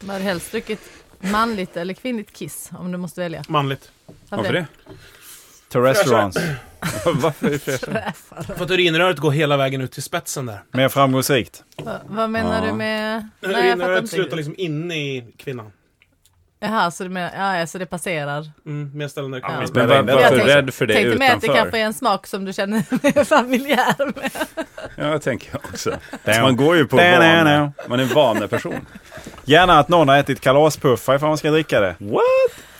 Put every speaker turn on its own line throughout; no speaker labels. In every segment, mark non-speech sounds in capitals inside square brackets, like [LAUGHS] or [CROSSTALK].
Man hade helst druckit manligt eller kvinnligt kiss om du måste välja.
Manligt.
blir
Varför det? To restaurants. [COUGHS] Varför är det fräscht?
Fräschare.
För att urinröret går hela vägen ut till spetsen där.
Mer framgångsrikt.
Va, vad menar
Ja.
du med... Nej, jag fattar
Urinröret
inte.
slutar liksom inne i kvinnan.
Jaha, så, du menar, ja, ja, så det passerar.
Mm, mer ställen där
Ja.
kvinnan.
Men
Ja.
var,
Jag
varför
tänkte-
rädd för det
Tänkte med att det
utanför?
kanske är en smak som du känner [LAUGHS] dig familjär med.
Ja, jag tänker också. Man går ju på
Damn.
van. Man är en vaneperson.
[LAUGHS] Gärna att någon har ätit kalaspuffar ifall man ska dricka det.
What?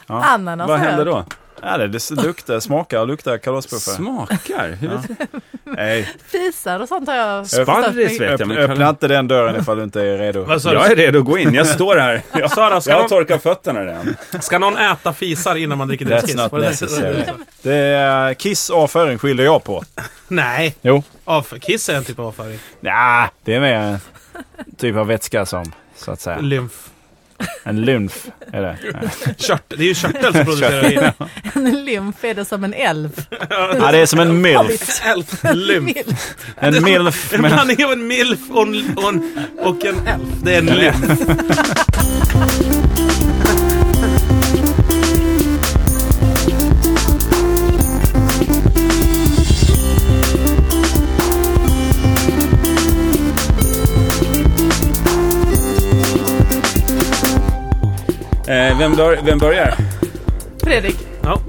Ja.
Ananas
Vad
har jag
händer
hört.
då?
Ja, det, det luktar, smakar och luktar kalaspuffar.
Smakar? Hur vet jag?
Nej,
Fisar och sånt har jag förstått
Sparris
mig-
vet jag,
öpp,
men
öppna
kalla...
inte den dörren ifall du inte är redo.
Vad sa
Jag
du?
är redo att gå in. Jag står
[LAUGHS]
här. Jag,
Sara, ska
jag har
någon-
torkat fötterna redan. Eh,
Ska någon äta fisar innan man dricker
That's
drickskiss?
not
Var det-
necessary. Det är kiss avföring skyller jag på.
[LAUGHS] Nej,
Jo.
Avför- kiss är en typ av avföring.
Nja, det är mer en typ av vätska som, så att säga.
Lymf.
En lymf är det.
Kört, det är ju körtel
[LAUGHS]
som producerar urin.
[LAUGHS] En lymf är det som en älv.
[LAUGHS]
[LAUGHS]
Ja, det är som en milf.
Elf. Lymf.
Milf.
En milf
En
med
blandning av en milf och en, och en, och en elf. Det är en lymf.
[LAUGHS]
Eh, vem, dör, vem börjar?
Fredrik,
Ja.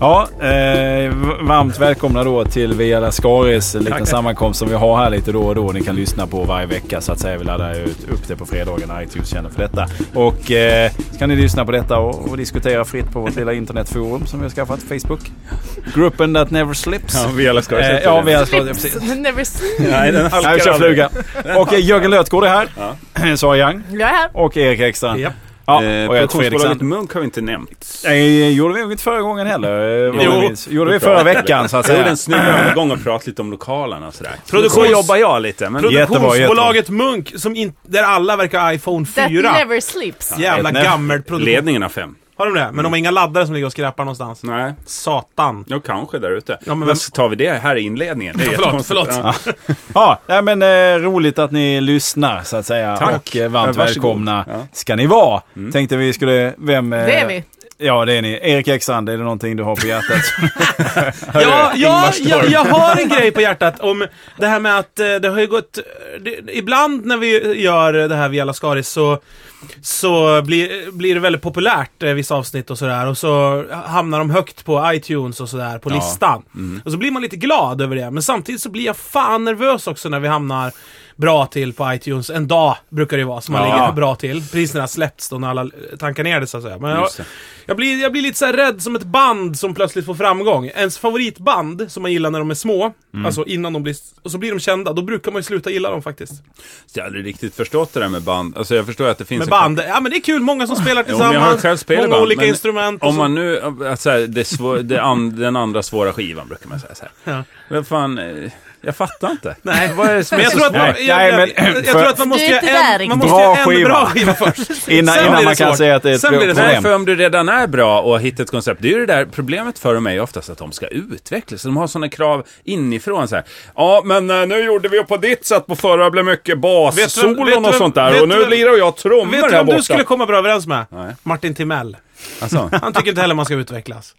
Ja, eh, varmt välkomna då till Via Lascaris, en liten sammankomst som vi har här lite då och då. Ni kan lyssna på varje vecka så att säga. Vi laddar ut, upp det på fredagen när iTunes känner för detta. Och eh, så kan ni lyssna på detta och, och diskutera fritt på vårt lilla internetforum som vi har skaffat, Facebook. Gruppen That Never Slips.
Ja, vi alla ska
Eh, [LAUGHS] ja, vi har skaffat, precis.
never seen.
Nej, den halkar
Nej, vi kör
aldrig.
fluga. [LAUGHS] Och eh, Jörgen Lötgård är här. Eh, Sara Young.
Jag är här.
Och Erik Ekstrand.
Japp.
Ja, och
Eh,
jag heter Fredrik Sand.
Produktionsbolaget Munk har vi inte nämnt.
Nej, eh, gjorde vi inte förra gången heller? eh, vad jag
Jo.
minns. Gjorde vi förra veckan så att
Jag gjorde
säga.
en snygg övergång och pratade lite om lokalerna och sådär.
Produktions-
Så jobbar jag lite. Men
Jättebra, jättebra.
Produktionsbolaget Munk, som in, där alla verkar ha iPhone
That
4.
never sleeps.
Jävla
Nej.
gammelproduktion.
ledningen har fem.
Har de det? Men de har inga laddare som ligger och skräpar någonstans.
Mm. Nej,
Satan.
ja, kanske där ute.
Ja, men
men
vem-
tar vi det här i inledningen? Det är
Ja, [LAUGHS] förlåt,
jättekonstigt.
förlåt.
Ja.
Ja, nej, men eh, roligt att ni lyssnar så att säga.
Tack.
Och eh, varmt
Ja, varsågod.
välkomna
Ja.
ska ni vara. Tänkte vi skulle... Vem, eh,
Det är vi.
Ja, det är ni. Erik Ekstrand, är det någonting du har på hjärtat?
Ja, ja, jag, jag har
[LAUGHS]
en grej på hjärtat om det här med att eh, det har ju gått... eh, Det, ibland när vi gör det här via Lascaris så, så blir, blir det väldigt populärt, eh, vissa avsnitt och sådär. Och så hamnar de högt på iTunes och sådär, på listan.
Mm.
Och så blir man lite glad över det. Men samtidigt så blir jag fan nervös också när vi hamnar bra till på iTunes. En dag brukar det ju vara som man
Ja.
ligger bra till. Precis när det har släppts då, när alla tankar ner det så att säga. Men jag,
Just det.
jag blir, jag blir lite så här rädd som ett band som plötsligt får framgång. Ens favoritband som man gillar när de är små,
Mm.
alltså innan de blir... Och så blir de kända, då brukar man ju sluta gilla dem faktiskt.
Jag har aldrig riktigt förstått det där med band. Alltså jag förstår att det finns...
Med
en-
band, ja men det är kul, många som spelar
Jo, men
tillsammans,
jag har själv spelat
många
band,
olika
men
instrument och
Om
så-
man nu, alltså, här, det svå, det an, den andra svåra skivan brukar man säga så här.
Ja.
Men fan, eh, jag fattar inte.
Nej.
Vad är det som
Men
är
jag
så
tror att man,
Nej,
jag,
nej,
jag,
men-
jag, jag
för-
tror att man måste
Du är inte
göra
där
en, man
riktigt.
måste göra
Bra
en bra
skiva.
skiva först.
innan
Sen
innan
blir
man
det
kan
svårt.
säga att det är ett
Sen blir det
problem.
svårt.
Nej, för om du redan är bra och har hittat ett koncept, det är ju det där problemet för mig oftast att de ska utvecklas. De har sådana krav inifrån så här. Ja, men eh, nu gjorde vi ju på ditt sätt på förra blev mycket
Vet du vem- vet
bassolon
du
och
vem-
sånt där
vet
och
du
nu
vem-
lirar jag
Vet
trummor
du
här
vem
borta.
du skulle komma bra överens med?
Nej.
Martin Timell.
alltså,
Han tycker inte heller man ska
[LAUGHS]
utvecklas.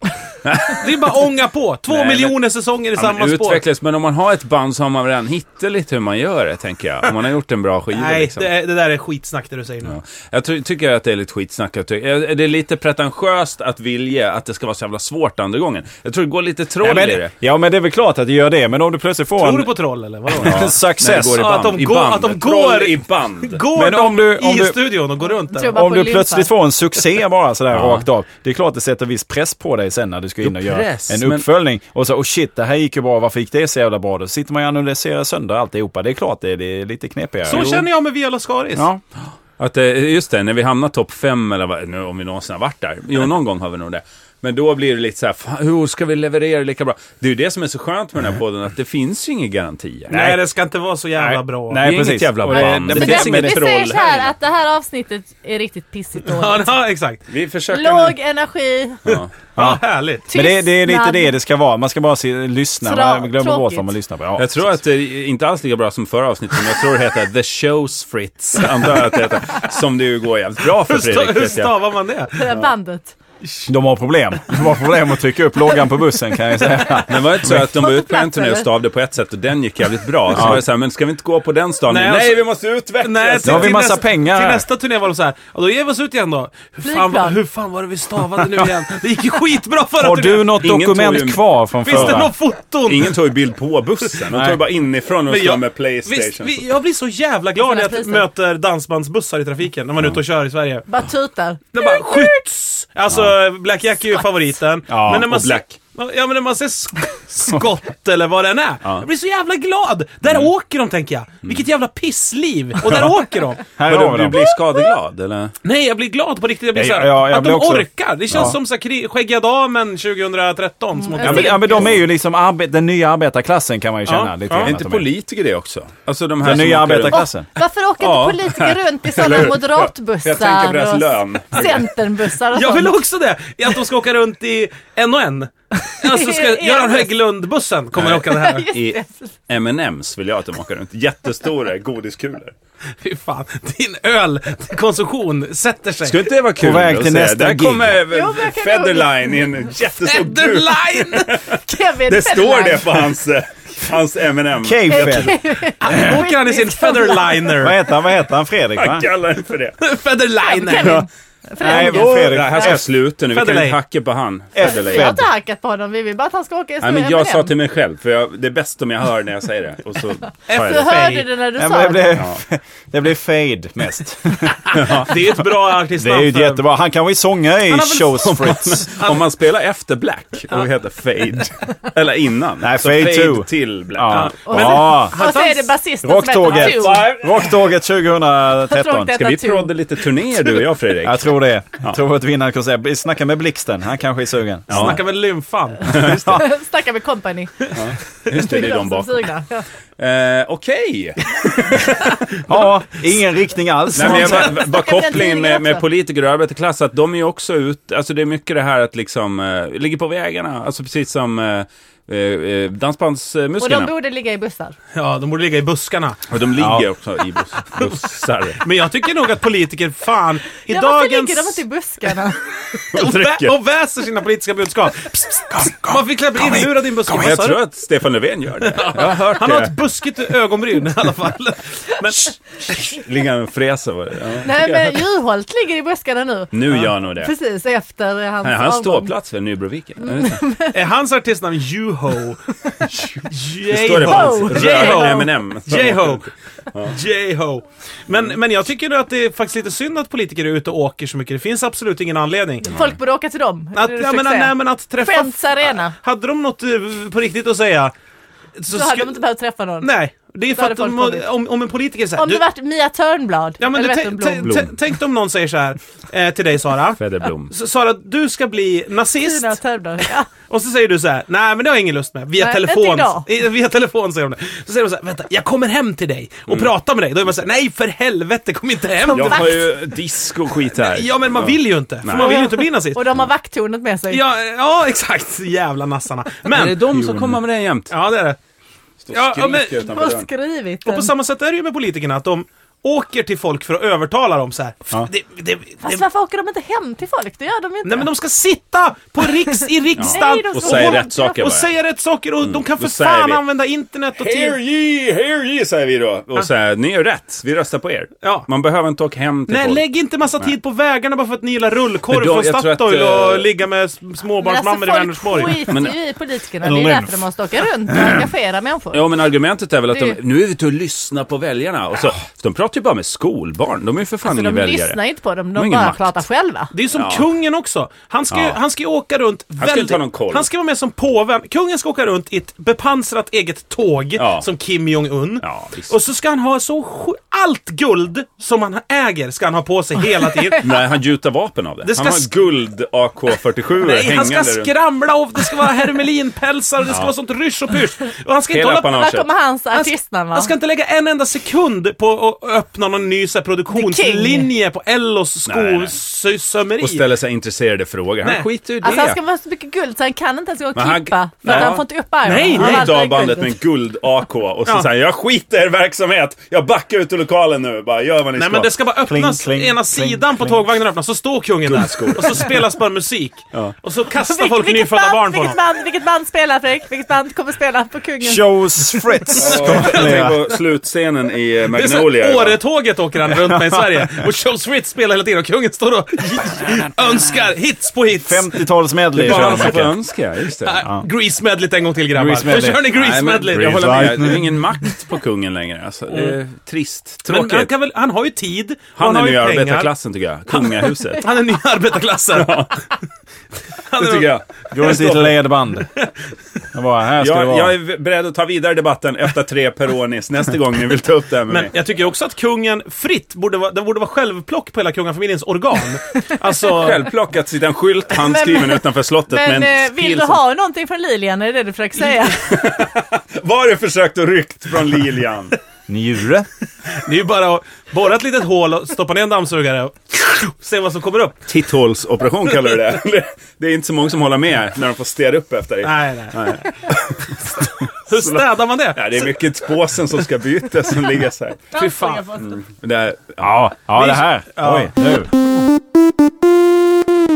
det är bara att ånga på. Två
Nej, men-
miljoner säsonger i
ja,
samma
men
spår.
utvecklas, men om man har ett band så har man väl redan hittat lite hur man gör det, tänker jag. Om man har gjort en bra skiva
Nej,
liksom.
det, är- det där är skitsnack det du säger nu.
Ja. Jag ty tycker att det är lite skitsnack. Jag tycker- eh, det är lite pretentiöst att vilja att det ska vara så jävla svårt andra gången. Jag tror det går lite troll
ja, men,
i det.
ja, men det är väl klart att det gör det. Men om du plötsligt får
Tror
en... [LAUGHS]
du på troll eller? Vadå? [LAUGHS]
en
När det
success.
går i
Ja, att
band.
de
I
går-
band.
att de
Troll
går-
i
[LAUGHS]
band.
Går
Men
de
om du- om
i
du-
studion och går runt där?
Tror bara
Om
på
du
lymfa.
plötsligt får en succé bara sådär rakt av. Det är klart det sätter viss press på dig sen när du ska in
Jo,
och göra
press,
en
men-
uppföljning. Och så, oh shit, det här gick ju bra, varför gick det så jävla bra? Då sitter man ju och analyserar sönder alltihopa. Det är klart det är, det är lite knepigare.
Så känner jag med Via Lascaris.
Ja.
Att, eh, just det, när vi hamnar topp fem eller vad, nu, om vi någonsin har varit där. Jo, någon gång har vi nog det. Men då blir det lite så här, fan, hur ska vi leverera lika bra? Det är ju det som är så skönt med den här podden, att det finns ju inga garantier.
Nej, det ska inte vara så jävla
Nej.
bra.
Nej,
Det är inget
precis.
jävla
Och det-
band.
det-
Så
men
det,
det- men
vi
det-
säger så här att det här avsnittet är riktigt
[LAUGHS]
pissigt
Ja, [LAUGHS]
dåligt.
ja, exakt.
Vi försöker...
Låg energi,
Ja.
Ja, härligt.
tystnad.
Men det, det är lite det det ska vara. Man ska bara se, lyssna.
Tra-
Man glömmer bort
tråkigt.
vad man lyssnar på. Ja,
Jag tror
precis.
att det är inte alls lika bra som förra avsnittet, men jag tror det heter The Shows Fritz, antar jag att det heter. Som det ju går jävligt bra för
Hur, sta-
Fredrik.
hur
vet jag.
stavar man det?
det där bandet.
De har problem. De har problem att trycka upp loggan på bussen kan
[LAUGHS]
jag säga.
Men var det inte så att
Får
de var
inte
ute på en
plats,
turné och
eller?
stavade på ett sätt och den gick jävligt bra. Så var det så här, men ska vi inte gå på den staven?
Nej, alltså-
Nej,
och så-
vi måste utvecklas.
Nej,
Då har vi
till
massa
nästa-
pengar
Till
här.
nästa turné var de så här, och då ger vi oss ut igen då. Hur fan,
Flygplan.
var- hur fan var det vi stavade nu igen? Det gick ju skitbra förra
Har du
turnén.
något
Ingen
dokument
tog ju-
kvar från
Finns det
förra?
några foton?
Ingen tog ju bild på bussen. De tog ju bara inifrån och
Men
stod
jag-
med
Visst,
Playstation.
vi, jag blir så jävla glad när jag
Priser.
möter dansbandsbussar i trafiken när man är ute och kör i Sverige.
Bara tutar.
Det bara skjuts! Alltså, Black Jack är ju favoriten.
Ja,
men när man
och Black.
Ser, ja, men när man ser sk- skott eller vad det än är. Jag blir så jävla glad! Där
Mm.
åker de, tänker jag. Vilket jävla pissliv! Och där åker de!
Här
Vadå,
har vi
du
dem.
blir skadeglad eller?
Nej, jag blir glad på riktigt. Jag blir
Ja,
så här,
ja, jag
att
blir
de
också-
orkar. Det känns
Ja.
som så här kri- Skäggiga damen 2013. Som åker
Ja men, ja men de är ju liksom arbe- den nya arbetarklassen kan man ju känna
Ja,
lite
ja.
grann
Är
att
inte
de är.
politiker det också? Alltså de här
Den
som
nya
åker runt.
arbetarklassen.
Varför åker
Ja.
inte politiker runt i
Eller
sådana
hur?
moderatbussar?
Jag tänker på deras
och
lön.
Centernbussar och
Jag
sånt.
vill också det! Att de ska åka runt i en och en. Alltså, ska Göran Hägglund-bussen kommer åka det här.
I M&M's vill jag att de åker runt. Jättestora godiskulor.
Fy fan, din ölkonsumtion sätter sig.
Skulle inte det vara kul?
På väg
att
till
säga,
nästa
Där
gig.
kommer
Jo, men jag kan
Federline i en
[LAUGHS]
jättestor bur.
Deadline!
[LAUGHS]
[LAUGHS]
Kevin
Det står
Federline.
det på hans, eh, hans M&M.
Cavefed.
åker han i sin
Vad
featherliner.
heter han? Vad heter han? Fredrik va?
Jag kallar den för det.
featherliner.
Kevin.
Nej,
Fredrik.
Det
men Fredrik.
här ska sluta nu. Vi kan
Federley.
inte hacka på han.
Vi har
Federley.
Fed.
inte hackat på honom. Vi vill bara att han ska åka i
Nej,
stor
men jag sa typ-
M&M.
till mig själv, för jag, det är bäst om jag hör när jag säger det. Och så tar jag
Du
det.
hörde det när du
Nej,
sa
men det,
det.
blev, [LAUGHS] det blev fade mest.
Det är ett bra
Det är
artistnamn.
ju
för-
jättebra. Han kan ju sjunga i
Han har väl-
Shows Fritz.
Om man spelar efter Black och heter
[LAUGHS]
Fade, eller innan,
Nej,
så
fade
fade
to.
till Black.
Ja.
Och sen-
ja.
Och så är det basisten
Rocktåget.
som heter Tor.
Rocktåget 2013.
Rocktåget.
Ska vi prodda lite turnéer du och jag Fredrik?
Jag tror det. Jag tror att vinnaren kommer säga, snacka med Blixten, han kanske är sugen.
Snacka med lymfan.
[LAUGHS] Snacka med company.
Just det, det är de
som
[LAUGHS]
bakom.
sugna. Ja.
Eh, Okej.
Ja, ingen riktning alls.
Nej, men jag bara, bara
Snacka med
kopplingen
den
med,
tidningen
med
också.
politiker och arbetarklass, att de är ju också ute, alltså det är mycket det här att liksom, eh, ligger på vägarna, alltså precis som eh, eh,
Och
dansbandsmusikerna.
de borde ligga i bussar.
Ja, de borde ligga i buskarna.
Och de ligger
Ja.
också i bus- bussar.
Men jag tycker nog att politiker, fan, i
Ja, varför
dagens...
ligger de inte i buskarna?
och,
dricker?
vä- och väser sina politiska budskap. Psst, psst, psst. Man fick bli inlurad i en buske. Vad
Jag
sa du?
tror att Stefan Löfven gör det. Jag har hört
Han har
det.
ett buskigt ögonbryn i alla fall. Men,
Ligger och fräser på det. Ja.
Nej, men Juholt ligger i buskarna nu.
Nu gör han nog det.
Precis Mm. efter hans
Nej, han
avgång.
står plats för Nybroviken. Är det så?
är eh, hans artistnamn Juho?
Det står det på hans
Ho!
röda
J-Ho.
M&M.
J-Ho. J-Ho. Men, men jag tycker nog att det är faktiskt lite synd att politiker är ute och åker så mycket. Det finns absolut ingen anledning.
Folk borde åka till dem.
Att,
Det är det du
jag
försöker
menar,
säga.
nej, men att träffa...
Friends Arena.
Hade de något eh, på riktigt att säga
Då hade de inte behövt träffa någon.
Nej, det är för
hade
att de,
folk kommit.
om, om en politiker säger
Om det varit Mia Törnblad.
Ja, men du,
eller
tänk-
vet du, Blom.
tänk- tänk- tänk om någon säger så här eh, till dig Sara.
Federblom.
S- Sara, du ska bli nazist.
Mia Törnblad. Ja.
Och så säger du så här, nej men det har jag ingen lust med. Via
Nej,
telefon.
inte idag.
I- Via telefon säger de det. Så säger de så här, vänta, jag kommer hem till dig och
Mm.
pratar med dig. Då är man så här, nej för helvete, kom inte hem.
Jag har ju disco och skit här.
Ja men man vill ju inte, för
Nej.
man vill ju inte bli
[LAUGHS]
nazist.
Och de har vakttornet med sig.
Ja, ja exakt, jävla nassarna.
Är det
Men,
de som kommer med det jämt?
ja det är det.
Står
Ja, ja, men-
skriker utanför
Och
dörren.
skrivit
Och
den.
på samma sätt är det ju med politikerna, att de åker till folk för att övertala dem så här. Det, det,
Fast
det,
Alltså, varför åker de inte hem till folk? Det gör de ju inte.
nej men de ska sitta på riks, i riksdagen
[LAUGHS] Nej, de ska
Och säger
åka.
rätt saker
och
bara. Mm.
säga rätt saker och de kan för
Då säger
fan
vi-
använda internet och
Hear
tid.
ye, hear ye, säger vi då. Och så här, ni gör rätt, vi röstar på er.
Ja.
Man behöver inte åka hem till
Nej,
folk.
lägg inte massa tid på vägarna bara för att ni gillar rullkorv
Men då-
från
jag tror att,
Statoil och
eh,
ligga med s-
Men alltså,
småbarnsmammor i
folk
Vänersborg.
skiter ju i politikerna. Det är ju
Eller-
därför de måste åka runt och engagera människor.
Mm. Ja, men argumentet är väl att
Det
de,
är ju-
nu är vi ute och lyssnar på väljarna. Och så, för de pratar pratar ju bara med skolbarn. De är ju för fan
Alltså,
inga
de
väljare.
lyssnar inte på dem,
har
de
ingen
bara
makt.
pratar själva.
Det är som
Ja.
kungen också. Han ska, ju-
Ja.
han ska ju åka runt
ska inte ha någon koll.
Han ska vara med som påven. Kungen ska åka runt i ett bepansrat eget tåg
Ja.
som Kim Jong-Un.
Ja, visst.
och så ska han ha så sj- allt guld som han äger ska han ha på sig
[LAUGHS]
hela tiden.
Nej, han gjuter vapen av det.
Det
han
ska
har en
sk-
guld AK47
[LAUGHS] Nej, han
hängande
ska
runt.
skramla och det ska vara hermelinpälsar och det ska vara sånt rysch och pysch. Och han ska inte
Hela
hålla på
Där
apanaget.
kommer hans
Han ska,
artistnamn va?
han ska inte lägga en enda sekund på att öppna någon ny så här, produktionslinje på Ellos
Nej, nej, nej.
skosömmeri.
Och ställer sig intresserade frågor. Han
Nej.
skiter ju i det.
Alltså han ska vara så mycket guld så han kan inte ens gå och
Men han-
klippa. För
Nej.
att han får inte upp armen.
Nej,
Han
nej.
har
Hit av
aldrig
bandet med
guldet.
en guld-AK och så
Ja.
säger han jag skiter i er verksamhet, jag backar ut ur lokalen nu, bara gör vad ni
Nej
ska.
men det ska bara öppnas,
Kling, kling,
ena
kling,
sidan på
kling.
tågvagnen öppnas, så står kungen där. Och så spelas bara musik. Och så kastar
Vilket-
folk
vilket
nyfödda
band-
barn på
vilket
honom.
band, vilket band spelar Fredrik? Vilket band kommer spela på kungen?
Shows Fritz.
Jag tänker på slutscenen i eh,
Det är
Magnolia.
såhär, Åretåget åker han runt med i Sverige. Och Joe Smith spelar hela tiden och kungen
[LAUGHS]
står och önskar hits på hits.
50-talsmedley
Bara han
kör
som får
mycket.
önska, just det.
Äh, Grease medleyt en gång till grabbar.
Grease medley.
Då kör ni Grease
Nej, men
medley.
Jag
Grease
håller med, det
Lightning.
är ingen makt på kungen längre. Alltså, det är trist,
Men
tråkigt.
han, kan väl, han har ju tid. och
han,
har
är
ju
nya
pengar.
arbetarklassen tycker jag, kungahuset.
Han är nya
[LAUGHS]
arbetarklassen. [LAUGHS] Han
Det tycker jag.
Går inte i ett ledband. Jag bara, här ska det
Jag,
vara.
jag är beredd att ta vidare debatten efter tre Peronis nästa gång ni vill ta upp det här med
Men
mig.
jag tycker också att kungen fritt borde vara, det borde vara självplock på hela kungafamiljens
[LAUGHS]
organ. Alltså,
Självplockat sitter en skylt handskriven utanför slottet
Men
med
eh,
en
vill
pil
du
som...
ha någonting från Lilian? Är det det du försöker säga?
Var det försökt och ryckt från Lilian?
Njure.
det är ju bara att borra ett litet hål och stoppa ner en dammsugare och se vad som kommer upp.
Titthålsoperation kallar du det. Eller, Det är inte så många som håller med när de får stirra upp efter dig.
Nej, nej.
[LAUGHS]
Hur städar man det?
Ja, det är mycket påsen som ska bytas som ligger så här.
Fy fan.
Men Det här
Ja, ja det här. Oj, nu.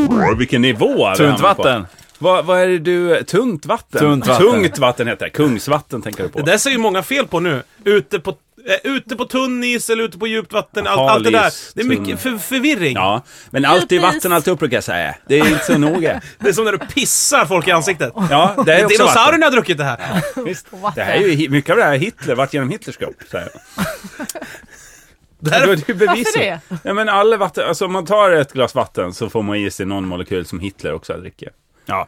Åh, vilken nivå! vi
Tunt
hamnar på.
vatten.
Vad, vad är det du... Tungt vatten?
Tungt vatten.
Tungt vatten heter det. Kungsvatten tänker du på.
Det där ser ju många fel på nu. Ute på, eh, ute på tunn is eller ute på djupt vatten. Allt,
Hal
allt det där.
is,
Det är
tunn.
mycket för, förvirring.
Ja, men allt i
Djupis.
vatten, allt upp brukar jag säga. Det är inte så noga.
Det är som när du pissar folk i ansiktet.
Ja, det är också vatten.
Dinosaurierna har druckit det här.
Det här är ju, hi- mycket av det här är Hitler, vart genom Hitlers kropp. Så här.
Det
Då
här
är det ju beviset.
Varför det?
Ja, men alla vatten, alltså om man tar ett glas vatten så får man i sig någon molekyl som Hitler också dricker.
Ja.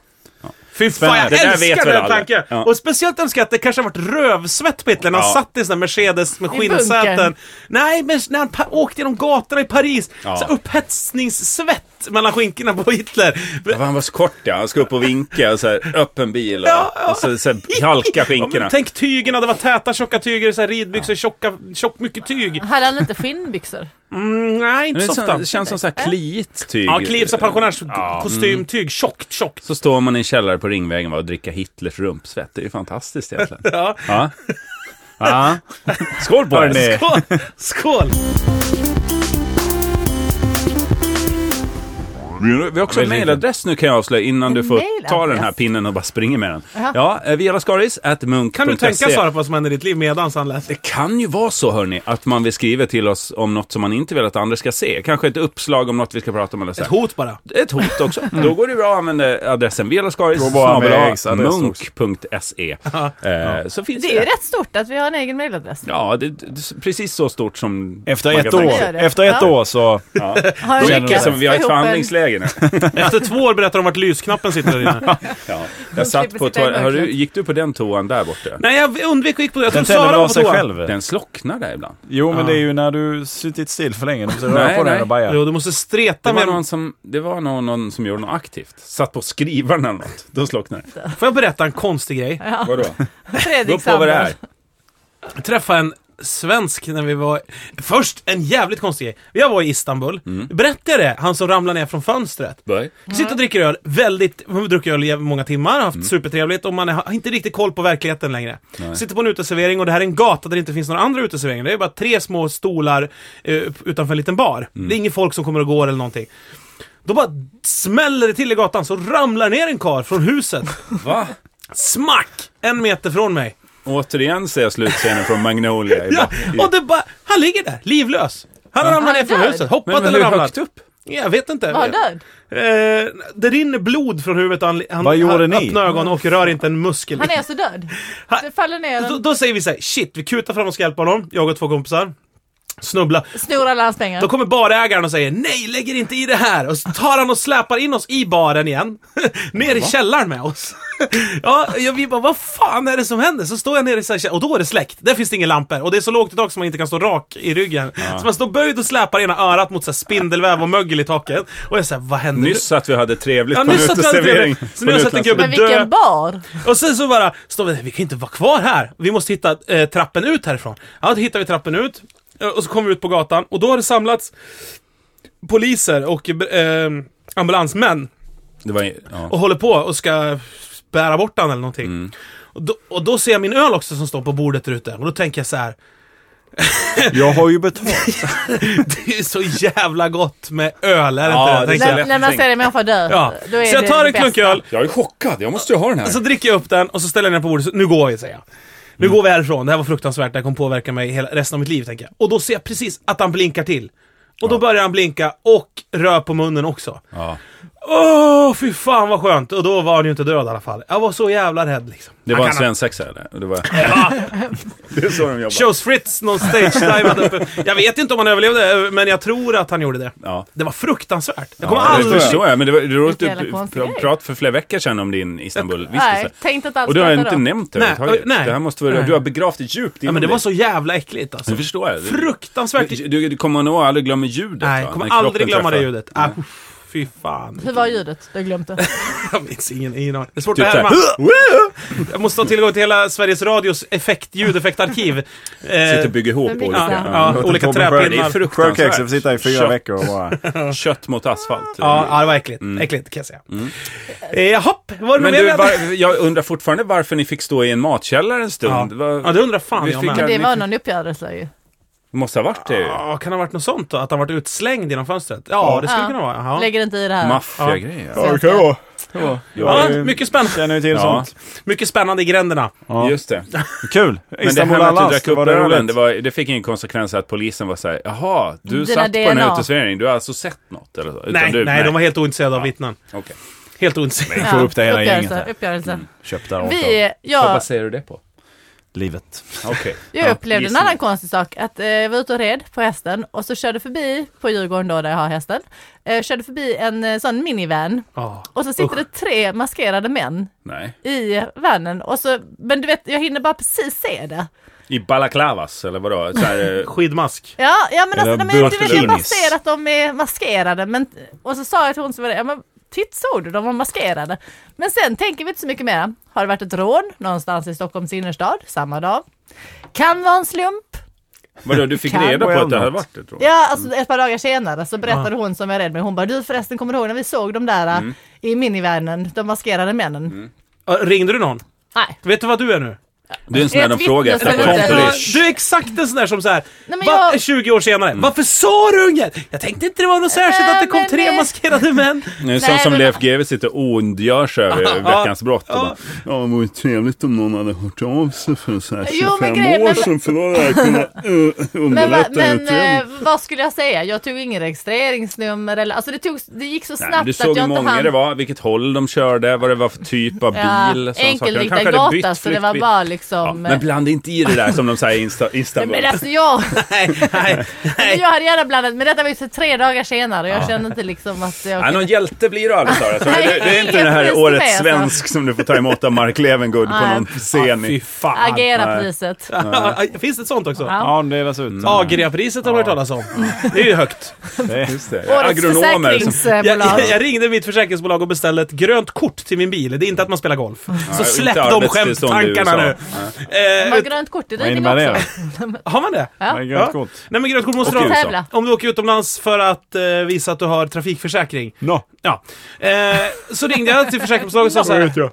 Fy fan, jag
Det där vet
älskar
väl
den
alla.
tanken!
Ja.
Och speciellt önskar jag att det kanske har varit rövsvett på Hitler när han
Ja.
satt i sån där Mercedes med
I bunkern.
skinnsäten. Nej, men när han pa- åkte genom gatorna i Paris.
Ja.
Så här upphetsningssvett mellan skinkorna på Hitler.
Ja, för han var så kort ja, han ska upp och vinka och så här, öppen bil och, och så, så här, halka
Ja, men
skinkorna.
tänk tygerna, det var täta tjocka tyger, så här ridbyxor, tjocka, tjock mycket tyg.
Hade han inte skinnbyxor?
Mm, nej, inte
Men det,
så
är
ofta.
så, det känns som så här kliigt tyg.
Ja, Cleves pensionärskostymtyg, tjockt, tjockt.
Mm. Så står man i en källare på Ringvägen va, och dricker Hitlers rumpsvett. Det är ju fantastiskt egentligen.
Ja.
Ja.
Ja.
Skål på
Hörni.
er!
Skål! Skål!
[LAUGHS] Vi har också en
Väldigt
mejladress nu kan jag avslöja innan du får ta den här
mejladress?
pinnen och bara springa med den. Ja, eh, vialaskaris at munk.se.
Kan du tänka Sara på vad som händer i ditt liv medans han läser?
Det kan ju vara så hörni, att man vill skriva till oss om något som man inte vill att andra ska se. Kanske ett uppslag om något vi ska prata om eller så.
Ett hot bara.
ett hot också. Då går det bra att använda adressen
Gå bara med Eriks adress
velaskaris.munk.se. Eh, så finns
Det är ju rätt stort att vi har en egen mailadress.
Ja, det, det är precis så stort som...
Efter
man
ett
kan tänka
år,
sig.
gör det.
efter ett
Ja.
år så...
Har
Då
en
känner det
lyckats
som vi har ett
få ihop en-
förhandlingsläge
[LAUGHS]
nu.
Efter två år berättar de vart lysknappen sitter där inne.
Ja. Jag satt
slipper
på
sitta i
toa- har du,
mörkret.
Gick du på den toan där borta?
Nej, jag undvek och gick på det. Jag
Den
tror
tänder
Sara
väl av
var på
sig
toa.
själv?
Den slocknar där ibland.
Jo, men
Ja.
det är ju när du suttit still för länge. Du måste röra
Nej,
på den
nej.
och baja.
Jo, du måste streta
Det var
med
någon som, det var någon, någon som gjorde något aktivt. Satt på skrivaren eller något. Då slocknade det.
Får jag berätta en konstig grej?
[LAUGHS]
Vadå? Då
Fredrik
på vad det är.
Sandberg.
Jag träffade en svensk när vi var... Först en jävligt konstig grej. Jag var i Istanbul.
Mm.
Berättade jag det? Han som ramlade ner från fönstret.
Böj.
Sitter och dricker öl, väldigt, man har druckit öl i många timmar, haft
Mm.
supertrevligt och man är, har inte riktigt koll på verkligheten längre. Sitter på en uteservering och det här är en gata där det inte finns några andra uteserveringar. Det är bara tre små stolar eh, utanför en liten bar.
Mm.
Det är inget folk som kommer och går eller någonting. Då bara smäller det till i gatan så ramlar ner en karl från huset.
Va?
Smack! En meter från mig.
Återigen ser jag slutscenen från Magnolia. i
[LAUGHS] Ja,
back- i-
och det bara, han ligger där, livlös. Han har ramlat
Han är
ner från
död.
huset, hoppat
men, men
eller
hur
ramlat.
högt upp?
Jag vet inte.
Var död?
Eh, det rinner blod från huvudet och han, han,
Vad gjorde
han
ni?
öppnar ögonen och rör inte en muskel.
Han är så död.
Ha-
Det faller ner
då,
en...
då säger vi så här, shit, vi kutar fram och ska hjälpa honom, jag och två kompisar. snubbla.
Snor alla hans pengar.
Då kommer barägaren och säger nej, lägger inte i det här! Och så tar han och släpar in oss i baren igen. [LAUGHS] Ner i källaren med oss. [LAUGHS] ja, jag, vi bara, vad fan är det som händer? Så står jag nere i så här, käll- och då är det släckt. Där finns det inga lampor och det är så lågt i tak så man inte kan stå rak i ryggen. Så man står böjd och släpar ena örat mot så här, spindelväv och mögel i taket. Och jag säger, vad händer nu?
Nyss att vi hade trevligt
Ja,
på en
nyss att vi hade
uteservering.
trevligt. Så
på
nu har jag sett en
utlandssemester.
gubbe-
Men vilken
dö.
bar!
Och sen så bara står vi där, vi kan ju inte vara kvar här. Vi måste hitta eh, trappen ut härifrån. Ja, då hittar vi trappen ut. eh, Och så kommer vi ut på gatan och då har det samlats poliser och eh, ambulansmän
Det var, ja.
och håller på och ska bära bort den eller någonting. Och, då, och då ser jag min öl också som står på bordet där ute. Och då tänker jag så här.
Jag har ju betalt.
det är så jävla gott med öl, är det
Ja,
inte det?
det
Tänker
är så
jag.
När, när man ser en människa dö,
Ja.
då är
Så jag
det
tar
det
en klunk
bästa.
öl,
Jag är chockad, jag måste ju ha den här.
så dricker jag upp den och så ställer jag den på bordet. Så, nu går vi, säger jag. Nu
Mm.
går vi härifrån, det här var fruktansvärt, det här kommer påverka mig hela, resten av mitt liv, tänker jag. Och då ser jag precis att han blinkar till. Och då börjar han blinka och rör på munnen också.
ja.
Åh, fy fan vad skönt! Och då var han ju inte död i alla fall. Jag var så jävla rädd liksom.
Det
Han
var en
kan-
svensexa eller? Det, var... [LAUGHS] det är så de jobbar.
Shows Fritz någon stage dive uppe. Jag vet inte om han överlevde, men jag tror att han gjorde det.
Ja.
Det var fruktansvärt. Jag kommer
Ja, det
aldrig...
förstår jag, men det var det var roligt
Vilken jävla
att
konstig
du
grej.
pratade för flera veckor sedan om din
Nej,
Istanbul-vistelse.
tänkte inte alls
Och du har
på det
inte
då.
nämnt det
Nej,
överhuvudtaget.
nej.
Det här måste vara,
Nej.
du har begravt det djupt
Ja,
inom
men det var
dig.
så jävla äckligt alltså.
Nu förstår jag. Du,
Fruktansvärt.
du, du kommer nog aldrig glömma ljudet
Nej,
va?
kommer
När kroppen
aldrig glömma
träffar.
det ljudet. Ah, uff, fy fan.
Hur var ljudet? Jag glömde.
[LAUGHS] Jag minns ingen, ingen aning. Det är svårt
Typ
att
såhär,
härma. Jag måste ha tillgång till hela Sveriges Radios effekt,
[LAUGHS]
ljudeffektarkiv. Eh,
Sitter och liksom bygger ihop
Men
olika.
vilka-
ja, ja, olika
Det är
träpinnar.
[LAUGHS] fruktansvärt.
Sjökex, jag får sitta i fyra
Kött-
veckor och
[LAUGHS]
bara...
Kött mot asfalt.
Ja, ja, det var äckligt. Äckligt kan jag säga. Eh, Jaha, var det
Mm. Men
mer vi
du,
hade?
var, jag undrar fortfarande varför ni fick stå i en matkällare en stund.
Ja.
Vad-
Ja, det undrar fan
Vi
jag
fick
med.
Men det
ni-
var någon uppgörelse ju.
måste ha varit eh, det ju.
Ja, kan det ha varit något sånt då? Att han varit utslängd genom fönstret? Ja, det skulle
Ja.
kunna vara. Jaha.
Lägger inte i det här.
Maffiagrejer.
Ja.
vara.
Ja,
Jag
mycket, spännande,
känner ju till
Ja.
sånt.
mycket spännande i gränderna.
Ja. Just det.
Kul!
Men det här
Istanbul
med att du
Allans,
drack upp
var det
ölen,
roligt?
det, var, det fick ingen konsekvens att polisen var såhär, jaha, du
Dina
satt på den
DNA.
här uteserveringen, du har alltså sett något? Eller så, utan
Nej,
du,
nej, de var helt ointresserade av vittnen.
Okej.
Helt ointresserade.
får upp det hela
uppgörelse,
gänget här.
Uppgörelse.
Köpte av
Vi,
Vad
jag,
baserar du det på?
livet.
Okej.
[LAUGHS] jag
Ja,
upplevde en
gissning.
annan konstig sak. Att eh, jag var ute och red på hästen och så körde förbi, på Djurgården då där jag har hästen, eh, körde förbi en eh, sån minivan
Ja.
och så sitter det tre maskerade män
Nej.
i vanen och så, men du vet jag hinner bara precis se det.
I balaklavas, eller vadå? Så här, eh,
Skidmask.
Ja, ja men alltså,
Eller
nej, men, du vet, jag bara
burkinis.
ser att de är maskerade. Men, och så sa jag till hon som var där, ja men titt såg du, de var maskerade. Men sen tänker vi inte så mycket mer. Har det varit ett rån någonstans i Stockholms innerstad samma dag? Kan vara en slump.
vadå, du fick
Kan
reda på
vara
att det hade
något.
varit det, tror jag.
Ja, alltså ett par dagar senare så berättade hon som jag är rädd med, hon bara du förresten kommer du ihåg när vi såg de där äh,
Mm.
i minivanen, de maskerade männen?
Ja, Ringde du någon?
Nej.
Vet du vad du är nu?
Det är en sån där
Ett
de frågar
vittne
efter.
som inte-
Komplis.
Ish.
Du är exakt en sån där som så här,
Nej, men
va,
jag-
20 år senare.
Mm.
Varför sa du inget? Jag tänkte inte det var något särskilt
Äh,
att det kom
men
tre
det- [LAUGHS]
maskerade män.
Det är en sån
Nej,
som
men-
Leif GW sitter och ondgör sig
[LAUGHS]
över veckans brott. Och
ja.
bara, ja, det vore trevligt om någon hade hört av sig för så här
Jo,
25
men grejen-
år
men-
sedan för då hade jag kunnat uh,
Men, va,
underlätta
men
utredningen.
eh, vad skulle jag säga? Jag tog ingen registreringsnummer eller, alltså det, tog, det gick så
Nej,
snabbt
men du såg
att
hur
jag inte
många
hann
det var, vilket håll de körde, vad det var för typ av bil. sådana saker. De
enkelriktad
kanske hade
gata
bytt
så det var
flyktbil.
bara
Ja,
liksom...
men blanda inte i det där som de säger i Insta-
[LAUGHS] Nej,
Istanbul.
men alltså
[LAUGHS]
jag,
nej, [LAUGHS] nej.
jag hade gärna blandat, men detta var ju så tre dagar senare och jag kände inte liksom att jag...
Nej, någon hjälte blir du aldrig Sara. Så det,
Nej,
det är inte det
ingen
här
pris
årets
med, alltså.
svensk som du får ta emot av Mark Levengood på
Nej.
någon scen.
Ah, Fy
i-
fan. [LAUGHS]
Agera priset.
Alltså,
Finns det ett sånt också?
Ja.
Ja, det delas
Mm.
ut.
Agria-priset har man hört talas om. Det är
[LAUGHS]
ju högt.
Just det.
Årets
Agronomer som
Jag,
försäkringsbolag.
jag, jag ringde mitt försäkringsbolag och beställde ett grönt kort till min bil. Det är inte att man spelar golf.
Mm.
Så
inte
släpp de
arbetstillstånd i
skämttankarna nu.
USA.
De
Eh,
har
ut-
grönt kort i
Vad
ridning
innebär det?
också.
har man det?
Ja.
Vad är grönt
Ja.
kort?
Nej men grönt kort måste
Och
du ha.
USA.
Tävla.
Om du åker utomlands för att eh, visa att du har trafikförsäkring.
No.
Ja. Eh, så ringde jag till försäkringsbolaget och sa så här.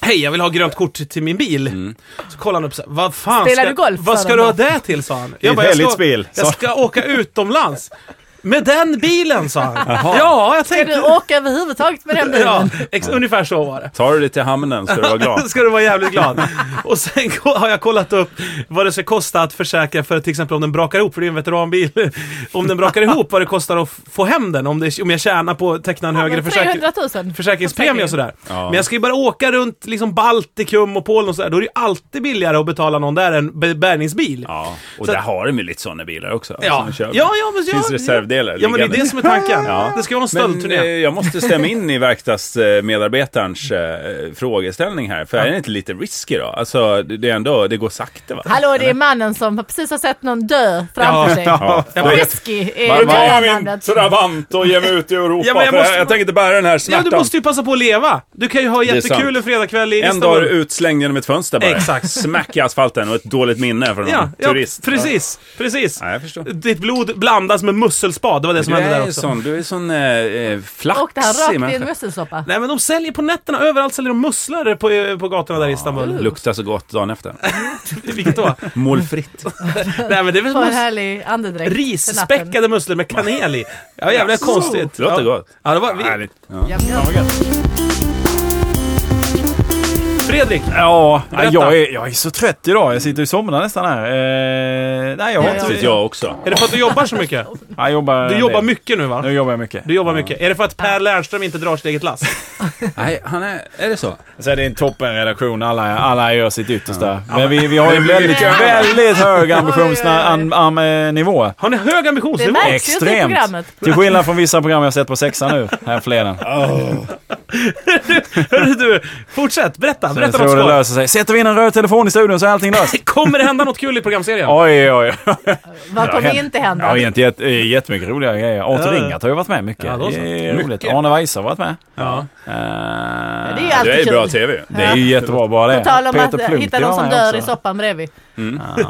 Hej, jag vill ha grönt kort till min bil. Så kollade han upp så här, vad fan
Spelar
ska,
du golf,
vad
sa
ska
den
du
då?"
ha det till? sa han.
är ett
jag
heligt
ska,
spel, sa
jag ska åka utomlands. Med den bilen, sa han. Ja, jag
Ska
tänkte...
du åka överhuvudtaget med den bilen?
Ja, ex- ungefär så var det. [LAUGHS]
Tar du det till hamnen ska du
[LAUGHS]
vara glad.
ska du vara jävligt glad. Och sen ko- har jag kollat upp vad det ska kosta att försäkra för till exempel om den brakar ihop, för det är en veteranbil. [LAUGHS] Om den brakar ihop, vad det kostar att f- få hem den om, det, om jag tjänar på att teckna en högre försäkring.
300 000.
försäkringspremie och sådär.
Ja.
Men jag ska ju bara åka runt liksom Baltikum och Polen och sådär. Då är det ju alltid billigare att betala någon där än be- bärgningsbil.
Ja, och
Så-
där har de ju lite sådana bilar också.
Ja,
som
ja,
kör.
ja men jag,
Finns reservdelar
Ja, men det är
liggande.
det som är tanken.
Ja.
Det ska vara en
Men eh,
stöldturné.
jag måste stämma in i verkstadsmedarbetarens eh, frågeställning här, för är det inte lite risky då? Alltså, det det är ändå, det går sakta va?
Hallå, det är mannen som precis har sett någon dö framför
Ja,
sig.
Ja.
Ja,
Vad-
Whisky är
Var tar jag min
grannlandet.
Trabant och ger mig ut i Europa?
Ja, men jag
för
måste-
jag, jag tänker inte bära den här
Ja,
smärtan.
du måste ju passa på att leva. Du kan ju ha
är
jättekul
sant.
en fredagkväll i
En dag är du
Istanbul.
utslängd genom ett fönster bara.
Exakt.
Smack i asfalten och ett dåligt minne från någon
Ja, ja,
turist.
precis. Precis.
Ja, jag förstår.
Ditt blod blandas med musselspad, det var det som
du,
hände
är
där
ju
också.
sån, du är sån eh, eh, flaxig
Åkte han rakt i en
människa.
musselsoppa?
Nej men de säljer på nätterna, överallt säljer de musslor på, eh, på gatorna där i Istanbul.
Luktar så gott dagen efter.
[LAUGHS] Vilket då?
Målfritt.
Nej men det är väl
Vad en
mus-
härlig andedräkt. för natten.
risspäckade musslor med kanel i. Ja jävla konstigt.
Det låter
ja.
gott.
Ja, det var, vi,
Härligt. Ja.
Fredrik,
Ja, nej,
Berätta.
jag är, jag är så trött idag. Jag sitter och somnar nästan här. Eh, nej, jag har
Ja,
Det
inte...
vet jag också.
är det för att du jobbar så mycket?
Jag jobbar,
Du jobbar mycket nu va?
Nu jobbar jag mycket.
Du jobbar mycket. Är det för att Per Lernström inte drar sitt eget lass?
Nej, han är... Är det så?
Så det är en toppenredaktion. Alla, alla gör sitt yttersta. Men vi, vi har ju en
blir
väldigt,
mycket över.
väldigt [LAUGHS] hög
Oj, oj, oj.
ambitionsnivå.
Har ni hög
Det
ambitionsnivå?
märks ju inte i
eh, Extremt.
programmet.
Till skillnad från vissa program jag sett på sexan nu, härförleden.
Hörru du, fortsätt. Berätta.
Jag
Berätta något
tror det
skoj.
löser sig. Sätter vi in en röd telefon i studion så är allting löst.
Kommer det hända något kul i programserien?
Oj, oj, [LAUGHS] oj.
Vad kommer inte
Ja,
hända?
egentligen jätte, eh, jättemycket roliga grejer. Arthur
Ja.
Ringart har ju varit med mycket.
Ja, då så.
det är roligt.
Mycket.
Arne Weise har varit med.
Ja.
Eh,
Det är ju alltid
Du är ju
kul.
bra TV.
det är ju jättebra bara det.
På tal om att eh,
Plunkt
hitta
är
någon som
med
dör i
också.
soppan bredvid.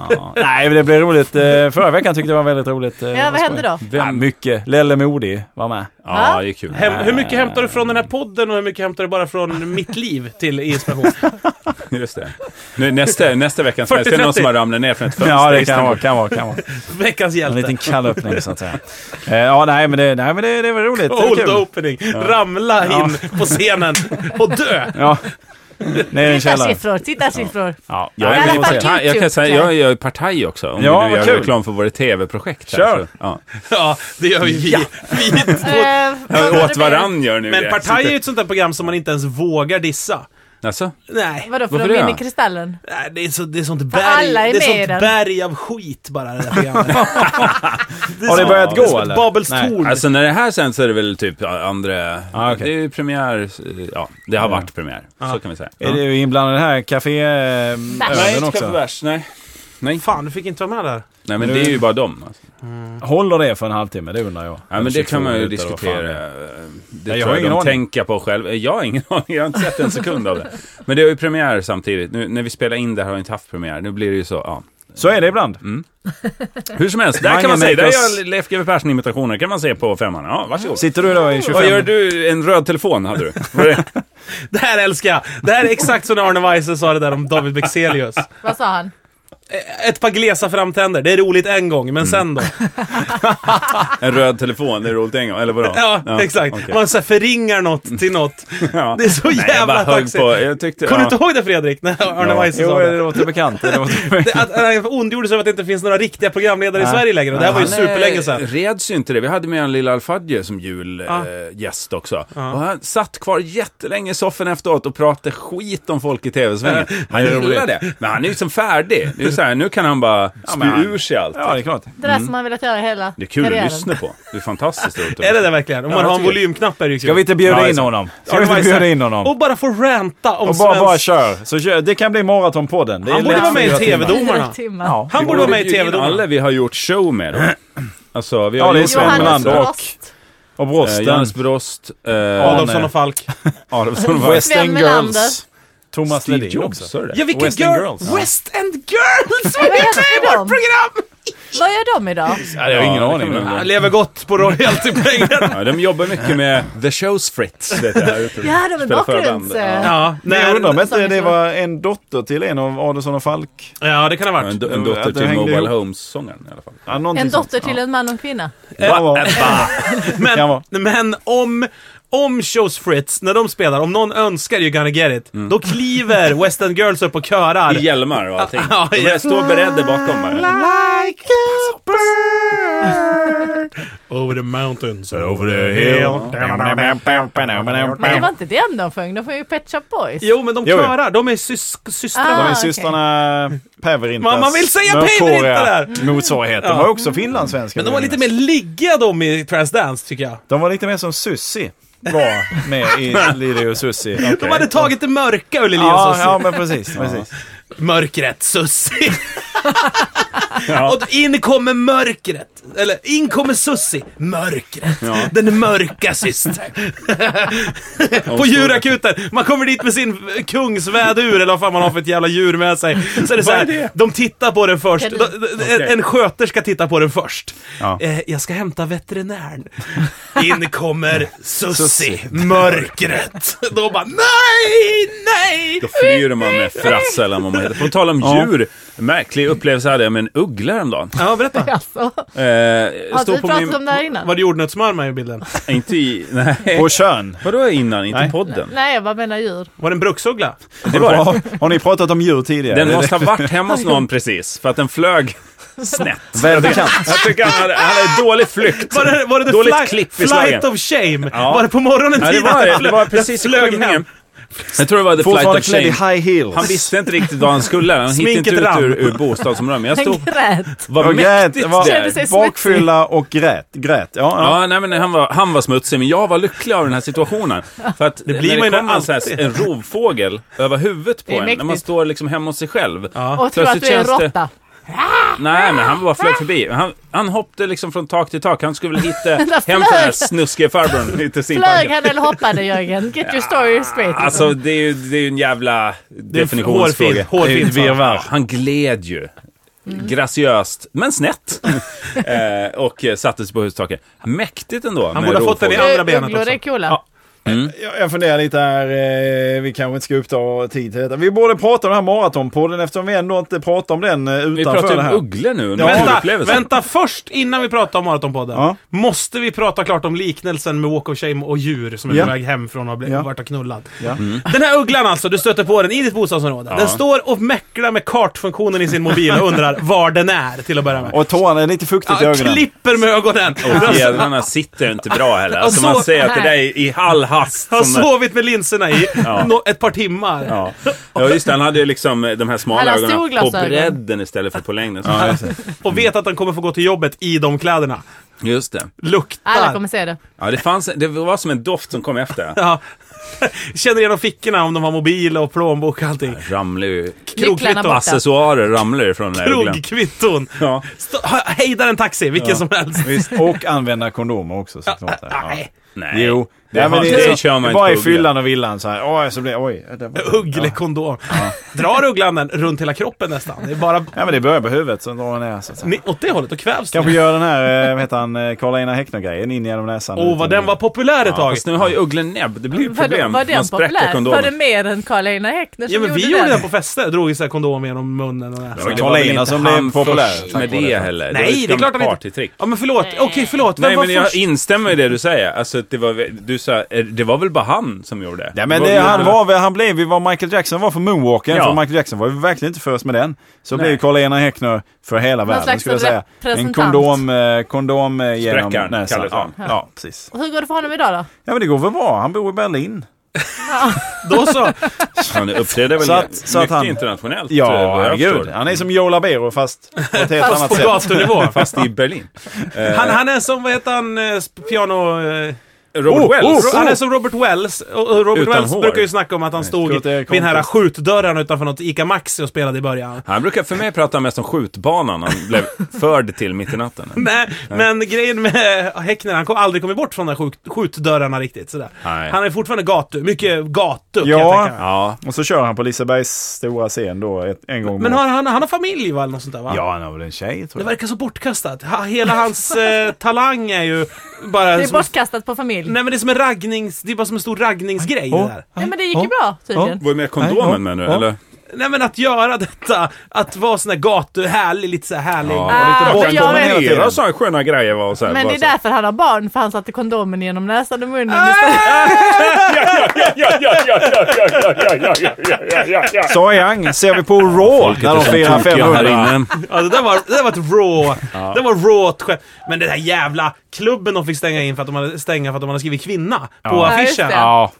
Ja. Nej, men det blev roligt. Eh, Förra veckan tyckte jag det var väldigt roligt. eh,
Ja, vad hände då?
Ja,
Vem?
mycket. Lelle Modig var med.
Ja, det är kul.
Hem, hur mycket hämtar du från den här podden och hur mycket hämtar du bara från mitt liv till inspiration?
[LAUGHS]
Just det. Nu, nästa, nästa vecka så är det
40-30.
någon som har ramlat ner från ett fönster.
[LAUGHS] Ja,
i
det kan
Istanbul.
vara, kan vara,
[LAUGHS]
kan vara.
Veckans
En
hjälte.
liten kallöppning så att säga. Eh, Ja, nej, men det, nej, men det, det var roligt. Det var
Old
kul.
opening. Ramla in på scenen och dö.
Ja. Ner i en källare.
Tittarsiffror, tittarsiffror.
Ja,
Jag,
I
är
alla
ju
fall
partaj, jag
YouTube,
kan säga,
tror jag.
jag gör ju partaj också. Om
Ja,
vi nu
vad
gör
kul.
reklam för våra TV-projekt här.
Kör.
Så, ja.
Ja, det gör ju vi. vi
[LAUGHS]
Eh,
två.
vad var
Ja,
det
Åt
mer?
varann gör nu
Men
det.
Partaj är ju ett sånt där program som man inte ens vågar dissa.
Alltså,
Nej,
Vadå, för
Varför
de är
det?
inne i Kristallen?
nej, det är, så, det är sånt berg,
alla är
det är
med i
sånt
den.
berg av skit bara det där
[LAUGHS]
programmet. det är
Har det
som-
börjat
är
gå
som ett
eller?
Babels
Nej.
torn.
alltså när det här sänds så är det väl typ ja, andra...
Ah, okej.
Det är ju premiär... eh, Ja, det har varit premiär. Så kan vi säga.
Är du inblandad i den här
Nej,
kaféölen också?
bärs. Nej. Nej.
Fan, du fick inte vara med där.
Nej, men det är ju bara dem. Alltså.
Håller det för en halvtimme? Det undrar jag.
Ja, men det
22
kan man ju
minuter, vad fan
diskutera. Eh,
det är.
Det
jag
tror
har
jag,
ingen
de
aning.
tänker på själv. Eh, Jag har ingen [LAUGHS] aning, jag har inte sett en sekund av det. Men det har ju premiär samtidigt. Nu, när vi spelar in det här har jag inte haft premiär. Nu blir det ju så, ja.
Så är det ibland.
Mm. Hur som helst, där
Mange
kan man se. Där
makers-
gör Leif GW Persson-imitationer. kan man se på femman. Ja, varsågod.
Sitter du då i 25...
Vad gör du? En röd telefon hade du. Var det-
Det här älskar jag. Det här är exakt som när Arne Weise sa det där om David Bexelius.
Vad sa han?
Ett par glesa framtänder, det är roligt en gång, men sen
Mm.
då?
En röd telefon, det är roligt en gång. Eller vadå?
Ja, exakt.
okej.
Man så här förringar något till något.
Ja.
Det är så
Nej, jag bara
jävla
högg
taxigt.
på. Jag tyckte...
Kommer
ja.
du inte ihåg det Fredrik? När Arne
Ja.
Weise
Jo,
sa
det
det.
låter bekant. Det låter
det att, att han ondgjorde sig över att det inte finns några riktiga programledare i Sverige längre. Och det här var ju
Han,
superlänge
eh,
sedan.
reds ju inte det. Vi hade med en Lilla Alfadje som
Ja.
julgäst också. Och han satt kvar jättelänge i soffan efteråt och pratade skit om folk i tv-svängen. Han gillar det. Men han är ju liksom färdig. Det är ju så här, nu kan han bara spy
men han-
ur sig allt.
Ja, det är klart.
Det där som han velat göra hela
Det är kul
karriären.
att lyssna på. Det är fantastiskt roligt.
Är det det verkligen? Om man
jag
har en
tycker det.
volymknapp är det ju
Ska
kul.
vi inte bjuda
Ja,
in
exakt.
honom? Ska vi
Arne
inte
Weise.
bjuda in honom?
Och bara få ranta om
Och bara, bara
svensk...
kör. Så kör. Det kan bli maratonpodden. Det är
Han borde
lätt
vara med i
fyra
[LAUGHS]
timmar.
TV-dom. Domarna.
Fyra timmar.
Ja.
Han
Vi
borde vara med i
bjuda in Alla
TV-domarna.
vi har gjort show med då. Alltså, vi har
Ja, det är
gjort
Sven
Johannes
Johannes
Melander och-
Rost.
Och
Brost, eh,
Brosten.
Johannes Brost, eh,
Adolfsson och Falk.
Adolfsson och Falk.
Western
Melander.
Girls. Thomas
Steve
Ledin
Jobs,
också.
hör du det?
Ja, vilken
West End
girl!
Girls. Ja.
West End Girls! Vad
Vad
är det i
heter
vårt
de?
program?
Vad gör de idag?
Ja, jag har ingen
Ja, det
aning.
kan
Men,
man-
Han lever gott på royaltypengar.
Ja, de jobbar mycket med the shows Fritz, vet jag. här ute.
Ja, de är
Spelar förband.
bakgrunds... eh,
[LAUGHS] Ja,
men jag undrar om
nej,
inte det var en dotter till en av Adelsson och Falk.
ja, det kan ha
Ja,
varit.
En, do- en
Att
dotter
det
till
hängde
Mobile
ihop.
Homes-sångaren i alla fall.
Ja, någonting
En
sånt.
dotter till en man och en kvinna.
Ja. Ja, va. Kan
Men,
vara.
men om, om Shows Fritz, när de spelar, om någon önskar You gonna get it, då kliver West End Girls upp och körar.
I hjälmar och allting.
Ja,
De
ja.
där står beredda bakom mig.
Like a bird Over the mountains, over the
Men det var inte den de sjöng, de sjöng ju Pet Shop Boys.
Jo, men de
Jo, jo.
körar. De är sys systrar.
Ah.
De är
okej.
systrarna Päverintas.
Man- man vill säga Päiverinta
Motsvarighet. De var också finlandssvenska.
Men de var
vill
lite
jag
mer
minnas.
ligga de i Transdance, tycker jag.
De var lite mer som Sussi var med
[LAUGHS]
i Lili och Sussi.
De hade tagit det mörka ur Lili och
Ja,
Sussie.
ja, men precis. precis.
Mörkret, Sussie.
[LAUGHS] Ja.
Och in kommer mörkret. Eller, in kommer Sussie. Mörkret.
Ja.
Den mörka
[LAUGHS]
systern. På djurakuten. Man kommer dit med sin kungsvädur, eller vad fan man har för ett jävla djur med sig. Så är det så
Vad är
här,
det?
de tittar på den först.
Kan
De,
du-
de- en- En sköterska tittar på den först.
Ja.
Eh, jag ska hämta veterinären. In kommer Sussie,
Sussie.
mörkret. Då bara nej, nej!
Då flyr man med frassel eller vad man heter. På tal om djur, märklig upplevelse hade jag med en uggla häromdagen.
Ja, berätta.
Alltså,
Eh,
har
stod
vi
på
pratat
min...
om det här innan?
Var det jordnötssmör med i bilden?
[LAUGHS] Inte i... Nej.
Och kön.
Vadå innan? Inte
Nej.
podden?
Nej, jag bara menar djur.
Var det en bruksuggla?
Det var det.
[LAUGHS] Har, har ni pratat om djur tidigare?
Den
Det-
måste ha varit hemma hos någon precis, för att den flög snett.
Välbekant.
Jag tycker han hade, han hade dålig flykt.
Var det, var det the
Dåligt
fly-
klipp i
Flight
slagen.
of shame?
Ja.
Var det på morgonen
Ja, det
tiden?
var det.
Den
Det var precis i
den flög hem.
skymningen. Jag tror det var the flight
Fortfarande
of
klädd i
shame.
high heels.
Han visste inte riktigt vad han skulle. Han hittade
Sminket
inte ut
rann.
ur, ur bostadsområdet. Men jag
Han
stod...
grät.
Vad
Och grät,
mäktigt
var-
Kände
där.
sig smutsig.
Bakfylla och grät. grät. Ja, ja.
Ja, nej, men han, var, han var smutsig, men jag var lycklig av den här situationen. För att det
blir
när
man ju
det kommer en, sån
alltid.
här, en rovfågel över huvudet på
Det är
en, när man
mäktigt.
står liksom hemma hos sig själv.
Och tror att
Plötsligt
du är en
känns det-
råtta.
Nej, men han bara flög förbi. Han, han hoppade liksom från tak till tak. Han skulle väl
[LAUGHS]
hitta hem den här snuskiga farbrorn i
Flög
Tessinparken.
han eller hoppade Jörgen? Get your story straight.
Alltså, det är ju det är ju en jävla
hårfin-
definitionsfråga.
hårfin
Det är ju ett
sak.
virrvarr. Han gled ju. Graciöst,
[LAUGHS]
men snett. eh, och eh, satte sig på hustaket. Mäktigt ändå. med
borde ha fått den i
rovfågel.
Ö-
andra benet
Ugglor
också.
är coola.
Ja.
Mm.
Jag, jag funderar lite här. eh, Vi kanske inte ska uppta tid till detta. Vi borde prata om den här maratonpodden eftersom vi ändå inte pratar om den eh,
Vi
utanför
pratar
det
ju
här.
om ugglor nu.
Ja.
Ja,
Vänta, vänta, först innan vi pratar om Maratonpodden.
Ja.
Måste vi prata klart om liknelsen med Walk of Shame och djur som är
Ja.
på väg hem från att ha
Ja.
ja. varit knullad.
Ja.
Mm.
Den här ugglan alltså, du stöter på den i ditt bostadsområde. Den står och mäcklar med kartfunktionen i sin mobil och undrar var den är till att börja med.
Och tårarna är lite fuktigt i
Ja,
ögonen.
klipper med ögonen.
Och fjädrarna sitter inte bra heller. Alltså,
Och så-
man ser att det där är i all hast.
Har
som-
sovit med linserna i
Ja.
nå- ett par timmar.
Ja. ja, just det. Han hade ju liksom eh, de här
Han
smala
har
ögonen på
solglasögon.
bredden istället för på längden. Så-
Och vet att han kommer få gå till jobbet i de kläderna.
Just det.
Luktar.
Alla kommer se det.
Ja, det, fanns, det var som en doft som kom efter.
[LAUGHS] Ja. Känner igenom fickorna om de har mobil och plånbok och allting.
Ramlar ju...
Nycklarna borta.
Accessoarer ramlar ju från den där ugglan.
Krogkvitton.
Ja.
Stå- ha- Hejdar en taxi, vilken som helst.
Och använda kondomer också såklart. Ja.
Nej.
Nej.
Jo.
Det,
Ja, men
har-
är
det
så-
kör man
det
inte
bara
på
i
ugglor.
fyllan och villan så här. Oj, så blir oj. det var-
Ugglekondom. Drar ugglan den runt hela kroppen nästan. Det är bara
Ja, men det börjar på huvudet, så drar man ner så att säga.
ni, åt det hållet, och kvävs den.
Kanske gör den här, eh, vad heter han, eh, Karl-Einar Häckner-grejen in genom näsan.
Åh, vad den var populär ett tag.
Fast nu har ju ugglan näbb. Det blir ju
Var,
problem.
var
man
den
spräcker
populär? Var det
kondomen.
mer än Karl-Einar Häckner som
Ja, men vi
gjorde
gjorde
den?
det på fester. Drog ju så här kondom genom munnen och näsan.
Men
Karl
väl
Einar
inte
som blev
han
populär,
först
tack
med
vare
det
det.
heller.
Nej, det är klart han inte-
partytrick.
Ja, men förlåt. Okej, förlåt. Vem
Nej,
var
men jag
först?
instämmer i det du säger. Alltså, att det var, du sa, eh, det var väl bara han som gjorde det?
Ja, men
Vad-
det, han, var, väl- han blev ju vad Michael Jackson var för moonwalken.
Ja.
För Michael Jackson var ju verkligen inte först med den. Så
Nej.
blev Karl-Einar Häckner för hela världen,
slags
skulle jag säga. En
representant.
kondom, eh, kondom eh, genom
Spräckaren,
näsan.
kallas
Ja,
han.
ja, precis.
Hur går det för honom idag då?
Ja, men det går väl bra. Han bor i Berlin.
Då så.
Han uppträdde väl
Så att-
mycket
så att han-
internationellt. eh, vad
Ja,
jag
herregud.
förstår.
Han är som Joe Labero fast på ett helt annat
På
sätt.
gatunivå.
Fast i Berlin.
Han, han är som, vad heter han, eh, sp- piano... eh,
Oh,
Robert Wells. Oh.
Ro- Han är som Robert Wells. Och och Robert
Utan
Wells
hår.
brukar ju snacka om att han stod
Tror att det är
vid den här
kompis.
skjutdörren utanför något ICA Maxi och spelade i början. [LAUGHS]
Han brukar för mig prata mest om skjutbanan han blev förd till mitt i natten.
Nej, [LAUGHS] men grejen med Häckner, han har aldrig kommit bort från de där skjut- skjutdörrarna riktigt. Sådär.
Nej.
Han är fortfarande gatu, mycket gatu kan jag
Ja.
tänka mig.
Ja.
Och så kör han på Lisebergs stora scen då ett, en gång om
Men
året.
har, han, han har familj va, eller något sånt där va?
Ja, han har väl en tjej tror
Det
jag.
verkar så bortkastat. Ha, hela hans eh, talang är ju bara...
Det är
som,
bortkastat på familj. Nej,
nej men det är som en raggnings... Det är bara som en stor raggningsgrej det
Åh.
där.
men det gick ju bra tydligen.
Var det med
Nej, ja,
kondomen med nu,
ja.
eller?
Nej men att göra detta, att vara sån där gatu, härlig, lite så här härlig.
Ja.
Ah,
lite
och
bortkastad
jag
med hela
vet.
tiden.
Era sådana sköna grejer var och så här,
Men
bara
det är
så här.
därför han har barn, för han satte kondomen genom näsan och munnen istället.
Cy Young ser vi på Raw när de firar
Tokiga här
500.
inne.
Ja, det där var, det där var ett raw. Det var raw skämt. Men den här jävla klubben de fick stänga in för att de hade, stänga för att de hade skrivit kvinna på
Ja, just
affischen.
det.
Ja,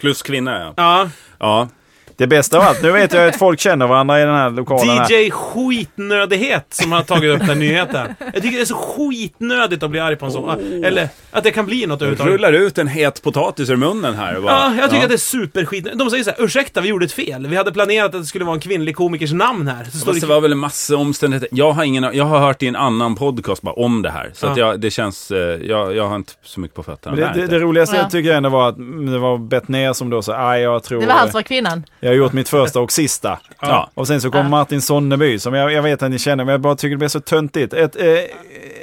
Plus kvinna, ja.
Ja.
ja.
det bästa av allt. Nu vet jag att folk känner varandra i den här lokalen. Här.
DJ Skitnödighet som har tagit upp den här nyheten. Jag tycker det är så skitnödigt att bli arg på en sån. Eller att det kan bli något överhuvudtaget.
Rullar ut en het potatis ur munnen här och bara,
Ja, jag tycker att det är superskit. De säger så här, ursäkta vi gjorde ett fel. Vi hade planerat att det skulle vara en kvinnlig komikers namn här. Så står
Fast det
det...
var väl en massa omständigheter. Jag har, ingen, jag har hört i en annan podcast bara om det här. Så
Ja.
att jag, det känns, eh, jag, jag har inte så mycket på fötterna.
Det,
där
det,
inte.
det roligaste
Ja.
jag tycker jag ändå var att mm, det var Bettner som då sa "Aj, jag tror
Det var han som var kvinnan.
jag har gjort mitt första och sista.
Ja.
Och sen så kom
Ja.
Martin Sonneby som jag, jag vet att ni känner men jag bara tycker det blir så töntigt. Ett, eh,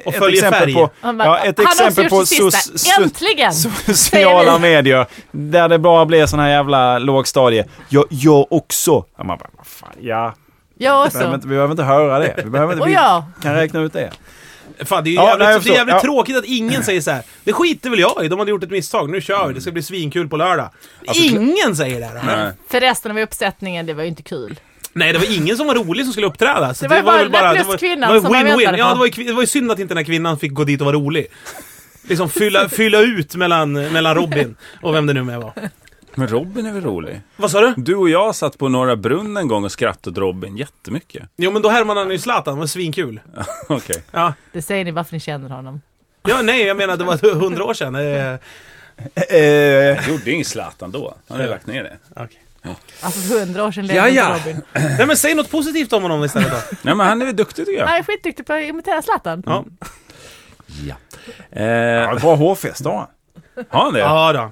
Och
ett
följer
exempel
färg.
på,
Han bara,
ja, ett
han har också
exempel
gjort
på
sitt sista.
so- so- [LAUGHS]
Äntligen!
sociala
Säger vi.
medier där det bara blir sån här jävla lågstadie. Jag, jag också. Ja, man bara, vad fan, ja.
Jag
Vi behöver,
också.
inte, vi behöver inte höra det. Vi, behöver inte,
Och
vi
jag.
kan räkna ut det.
Fan, det är ju
Ja,
jävligt,
nej, jag
det är jävligt
förstår.
tråkigt att ingen säger så här. Det skiter väl jag i. De hade gjort ett misstag. Nu kör vi. Det ska bli svinkul på lördag.
Alltså,
ingen säger det. Här,
Nej.
För resten av uppsättningen, det var ju inte kul.
Nej, det var ingen som var rolig som skulle uppträda. Så
Det var ju bara
väl
Lapplös
det var-
kvinnan
det var
som man
win-win.
väntade
Ja,
på.
det var, ju, kvin- det var ju synd att inte den här kvinnan fick gå dit och vara rolig. Liksom fylla, fylla ut mellan, mellan Robin och vem det nu med var.
Men Robin är väl rolig?
Vad sa du?
Du och jag satt på Norra Brunn en gång och skrattade åt Robin jättemycket. [LAUGHS]
Jo, men då härmade han ju Zlatan. Det var svinkul.
Okej.
Ja.
Det säger ni varför ni känner honom.
ja, nej, jag menar det var hundra år sedan. Eh,
Eh,
Gjorde ingen Zlatan då. Han hade lagt ner det.
okej.
Alltså för hundra år sedan
Ja,
levde inte
ja.
Robin.
Nej, men säg något positivt om honom istället då.
Nej men han är väl duktig tycker jag.
Han är skitduktig på att imitera Zlatan.
Ja,
Ja. Eh,
bra hårfest har han.
har han det?
ja då.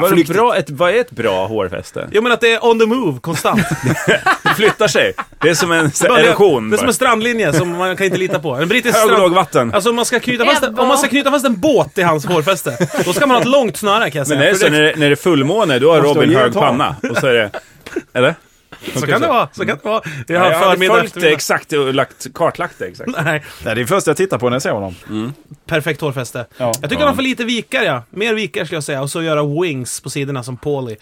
Var det
flyktigt.
bra, ett, vad är ett bra hårfäste?
Jag menar att det är on the move konstant.
Det flyttar sig. Det är
[LAUGHS]
som en så,
Bara det-
erosion.
Det är som
bara.
en strandlinje som man kan inte lita på. En brittisk
[LAUGHS] Hög och
strand...
lågvatten.
Alltså om man, ska knyta fast en,
Ebba.
om man ska knyta fast en båt i hans hårfäste, då ska man ha ett långt snöre kan jag
Men
säga.
det är
För
så när det, när det är fullmåne, då har
Måste
Robin
ge och
hög
ta.
panna. Och så är det... Eller?
så kan det vara. Så kan det vara. Jag har
Jag har
förmiddag
följt det
eftermiddag.
exakt och lagt, kartlagt det exakt.
[LAUGHS] Nej,
Det är det första jag tittar på när jag ser honom.
perfekt hårfäste.
Ja.
Jag tycker han har för lite vikar ja. Mer vikar skulle jag säga. Och så göra wings på sidorna som Pauly.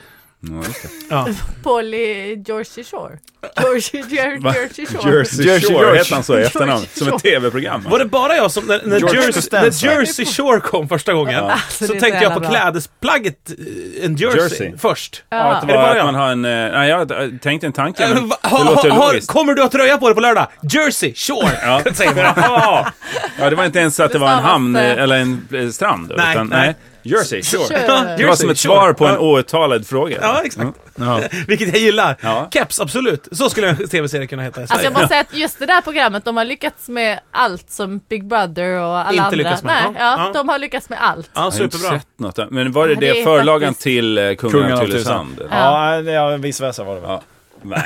Ja.
Polly Georgie Shore. Georgie, Georgie,
[LAUGHS]
Va?
Georgie Shore.
Jersey,
Jersey
Shore
George.
heter han så i efternamn.
George
Som ett tv-program.
Var det bara jag som, när, när,
George
Jersey, när
Costanza.
Jersey Shore kom första gången,
Alltså,
så
det är
tänkte
så
jag på
jävla bra.
klädesplagget, eh, en jersey,
Jersey.
först.
Ja, att,
Ja.
det
Är
var
det bara
att man har en... eh, Nej, jag har tänkt en tanke,
Äh,
men
va-
det
ha,
låter
ha, har,
logiskt.
kommer du att tröja på dig på lördag? Jersey, Shore! [LAUGHS]
Ja. Jaha. [LAUGHS] ja, det var inte ens att det var en
stavas,
hamn eh,
eh,
eller en eh, strand.
Nej,
utan,
nej.
Jersey, sure.
Sure.
Det var som ett svar på en outtalad fråga.
Ja, exakt.
Ja.
Vilket jag gillar.
Ja.
Keps, absolut. Så skulle en tv-serie kunna heta i
Alltså
Sverige.
jag måste säga att just det där programmet, de har lyckats med allt som Big Brother och alla
Inte
andra.
lyckats med.
Nej, ja,
Ja.
de har lyckats med allt.
Ja,
Jag har inte
superbra.
sett något. än. Men var det
Nej, det
det
är
förlagan
faktiskt-
till eh, Kungen av Tylösand?
Ja, ja. ja, vice versa var det väl.
Ja. [LAUGHS] Nej.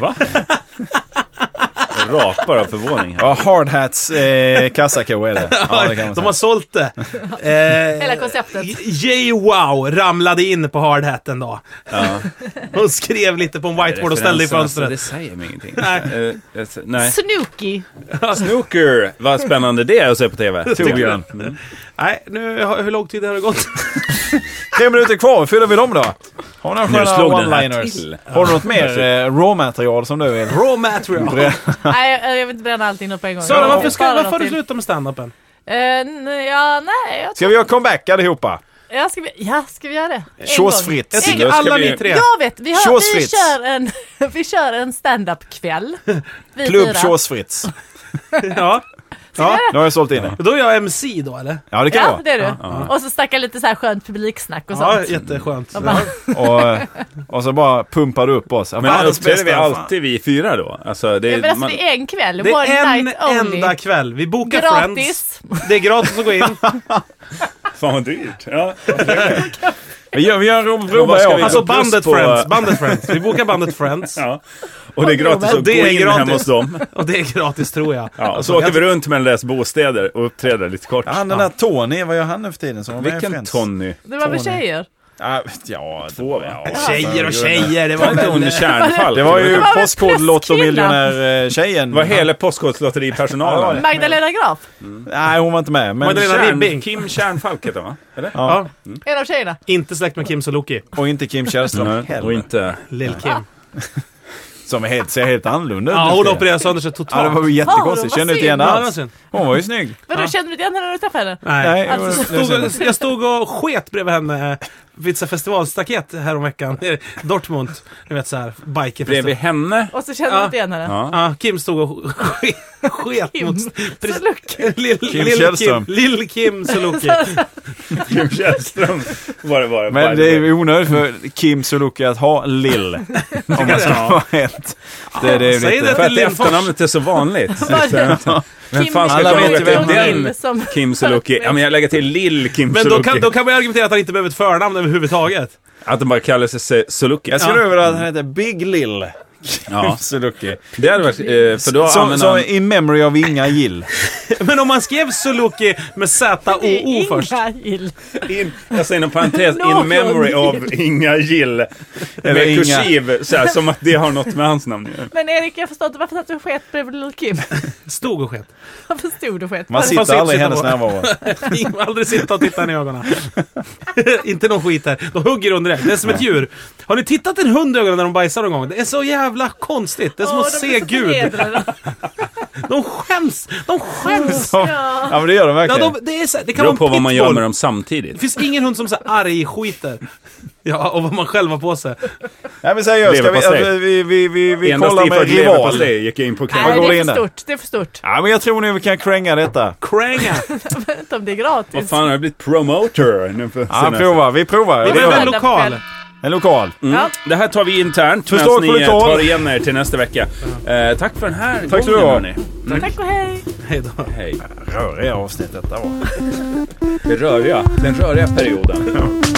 Va? Jag Rapar av förvåning här.
Ja, Hardhats eh, kassako är det. Ja, det kan
De
[LAUGHS]
man säga.
har sålt det. Eh,
Hela konceptet.
Jay Wow ramlade in på Hard Hat en dag.
Ja.
[LAUGHS] Hon skrev lite på en whiteboard och ställde i
Referenserna, så Det
fönstret.
säger mig ingenting.
Nej.
Eh, jag s-
[LAUGHS]
Nej.
Snooki.
Snooker! Vad spännande det är att se på TV.
Torbjörn.
Mm.
Nej, nu, har- hur lång tid har det gått?
[LAUGHS]
Tre minuter kvar, fyller vi dem då? Har du några
Nu
sköna
slog den här
one-liners?
till.
Har du något mer eh, raw-material som du vill?
Raw material.
Bra.
Nej, jag, jag vill inte bränna allting nu på en gång.
Sara,
Jag
varför,
vill
ska,
spara
varför har du
någonting.
slutat med standupen?
Eh, nej, ja, nej, jag,
Ska vi göra comeback allihopa?
jag ska, vi- ja, ska vi göra det? En
Tjåsfritt.
gång.
Jag
En
tycker
Då
gång.
ska
alla
vi-
vi tre...
Jag vet, vi, har, vi
Tjåsfritt.
kör en, [LAUGHS] vi kör en stand-up kväll Vi
Klubb
fyra.
Tjåsfritz.
Ja.
Ja,
Nu har jag sålt in det.
Då är jag MC då eller?
Ja, det kan
ja det
det
är du. Och så snacka lite så här skönt publiksnack och
Ja,
sånt.
jätteskönt.
Och bara,
vara. Och, och så bara pumpar du upp oss. Ja,
Men
världens
upplever vi
bästa, fan.
alltid vi fyra då? Alltså, det,
ja,
är-
men alltså,
man,
det är en kväll,
Det
one
är en
night only.
enda kväll. Vi bokar Friends.
Gratis.
Det är gratis att
[LAUGHS]
gå in.
Fan vad dyrt. Ja.
Vi gör, vi gör Robert
Men vad
Broberg
ska
och
vi-
Alltså
går plus
bandet
på-
Friends. Bandet Friends. Vi bokar bandet Friends.
Ja. Och det är gratis att
Det
gå
är
in
gratis.
hemma hos dem.
Och det är gratis tror jag.
Ja, och
Alltså,
så åker
jag-
vi runt mellan deras bostäder och uppträder lite kort.
Han den där Tony, vad gör han nu för tiden? Som var med i
Vilken
Friends?
Tony?
Det var väl tjejer?
Ja, Ah, ja, det
Två, ja.
Tjejer och tjejer, det var
Var inte hon i Kärnfall?
Det var ju
var väl
Postkodlottomiljonär-tjejen.
Det var hela
Ja,
Postkodlotteripersonalen.
Magdalena Graf,
Nej, hon var inte med. Men
Magdalena- Ribbing.
Kim Kärnfalk heter han va? Eller?
Ja,
en av tjejerna.
inte släkt med Kim Sulocki.
Och inte Kim Källström
Nej, och
heller.
inte...
Lill-Kim.
Som är helt, ser helt annorlunda ut
Ja,
nu
hon
för tiden.
opererade sönder sig
Ja, det
totalt.
var ju jättekonstigt.
Fan, vad
Kände inte igen
synd.
Ja, det var
alls.
synd.
Hon var ju snygg.
Vadå, kände du inte igen henne när du träffade henne?
Nej.
Nej,
Alltså,
det var- det var
Stod,
synd.
jag stod och sket bredvid henne eh, vid ett så här festivalstaket häromveckan i Dortmund. Ni vet såhär,
Bredvid
bikerfesten.
[LAUGHS]
henne?
Och så kände du
Ja.
inte igen henne?
Ja.
Ja, Kim stod och sk- sket
Kim
mot... Precis. Lill-
Kim
Lill-
Källström.
Kim-
[LAUGHS]
Lill-Kim Sulocki.
Kim Källström var det bara.
Men det är ju onödigt för Kim Sulocki att ha Lill. Alltså, Om man ska vara helt... Det, det är ju
Säg
lite...
det.
För att
Lindfors.
efternamnet är så vanligt. Vem
Kim
fan ska
Alla
komma
vet ju vem
ihåg
det är.
den
Som,
Kim Sulocki? Ja, men jag lägger till Lill Kim
Men då kan,
Sulocki.
då kan man ju argumentera att han inte behöver ett förnamn överhuvudtaget.
Att de bara kallar sig Se- Sulocki.
Jag skulle vilja att han heter Big Lill. Kim
Ja.
Sulocki.
Det hade varit... eh, För då
Som,
använder
som
han...
i memory av Inga Gill.
Men om man skrev Sulocki med Z-O-O först.
Gill.
In, jag säger inom [LAUGHS] parentes,
Någon.
in memory of Inga Gill. Med
Inga.
kursiv, så här, som att det har något med hans namn att göra.
Men Erik, jag förstår inte varför satt du och sket bredvid Lil' Kim?
Stod och sket.
Varför stod du och sket?
[LAUGHS]
Man
Fast
sitter
sitter
aldrig i hennes
på.
närvaro. [LAUGHS]
Ingen får aldrig sitta och titta in i ögonen. [LAUGHS] inte någon skit här. De hugger under det. Det är som ett djur. Har ni tittat en hund i ögonen när de bajsar någon gång? Det är så jävla konstigt. Det är som
Åh,
att
de
se
blir så
Gud.
förnedrade.
De skäms! De skäms!
Ja.
Ja men det gör de
Ja,
verkligen.
de, det, är så, här- det
Det
kan vara
beror
en
på vad man gör
pitbull.
med dem
Det
samtidigt.
finns ingen hund som så här arg skiter. Ja, och vad man själv har på sig.
Nej men seriöst, ska vi,
Leverpastej.
att vi, vi, vi, vi
Endast
kollar
inför
med rival.
leverpastej gick jag in på
Vad
Nej,
Kent.
går
det
det
är för
in där?
stort. Det är för stort.
Ja men jag tror nu vi kan kränga detta.
Kränga!
[LAUGHS] Inte om det är
Vad
gratis.
fan, har jag blivit promoter nu för
Ja,
senaste-
prova, vi provar.
Vi
Vi
behöver en
provar.
lokal.
Lördagskväll.
En lokal.
Ja.
Det här tar vi internt medan
Förslag på
ni eh,
lokal.
tar igen er till nästa vecka. Eh, tack för den här
Tack ska du ha.
hörni.
Tack och hej.
Hej då.
Hej.
Röriga avsnitt detta var.
Det röriga. Den röriga perioden.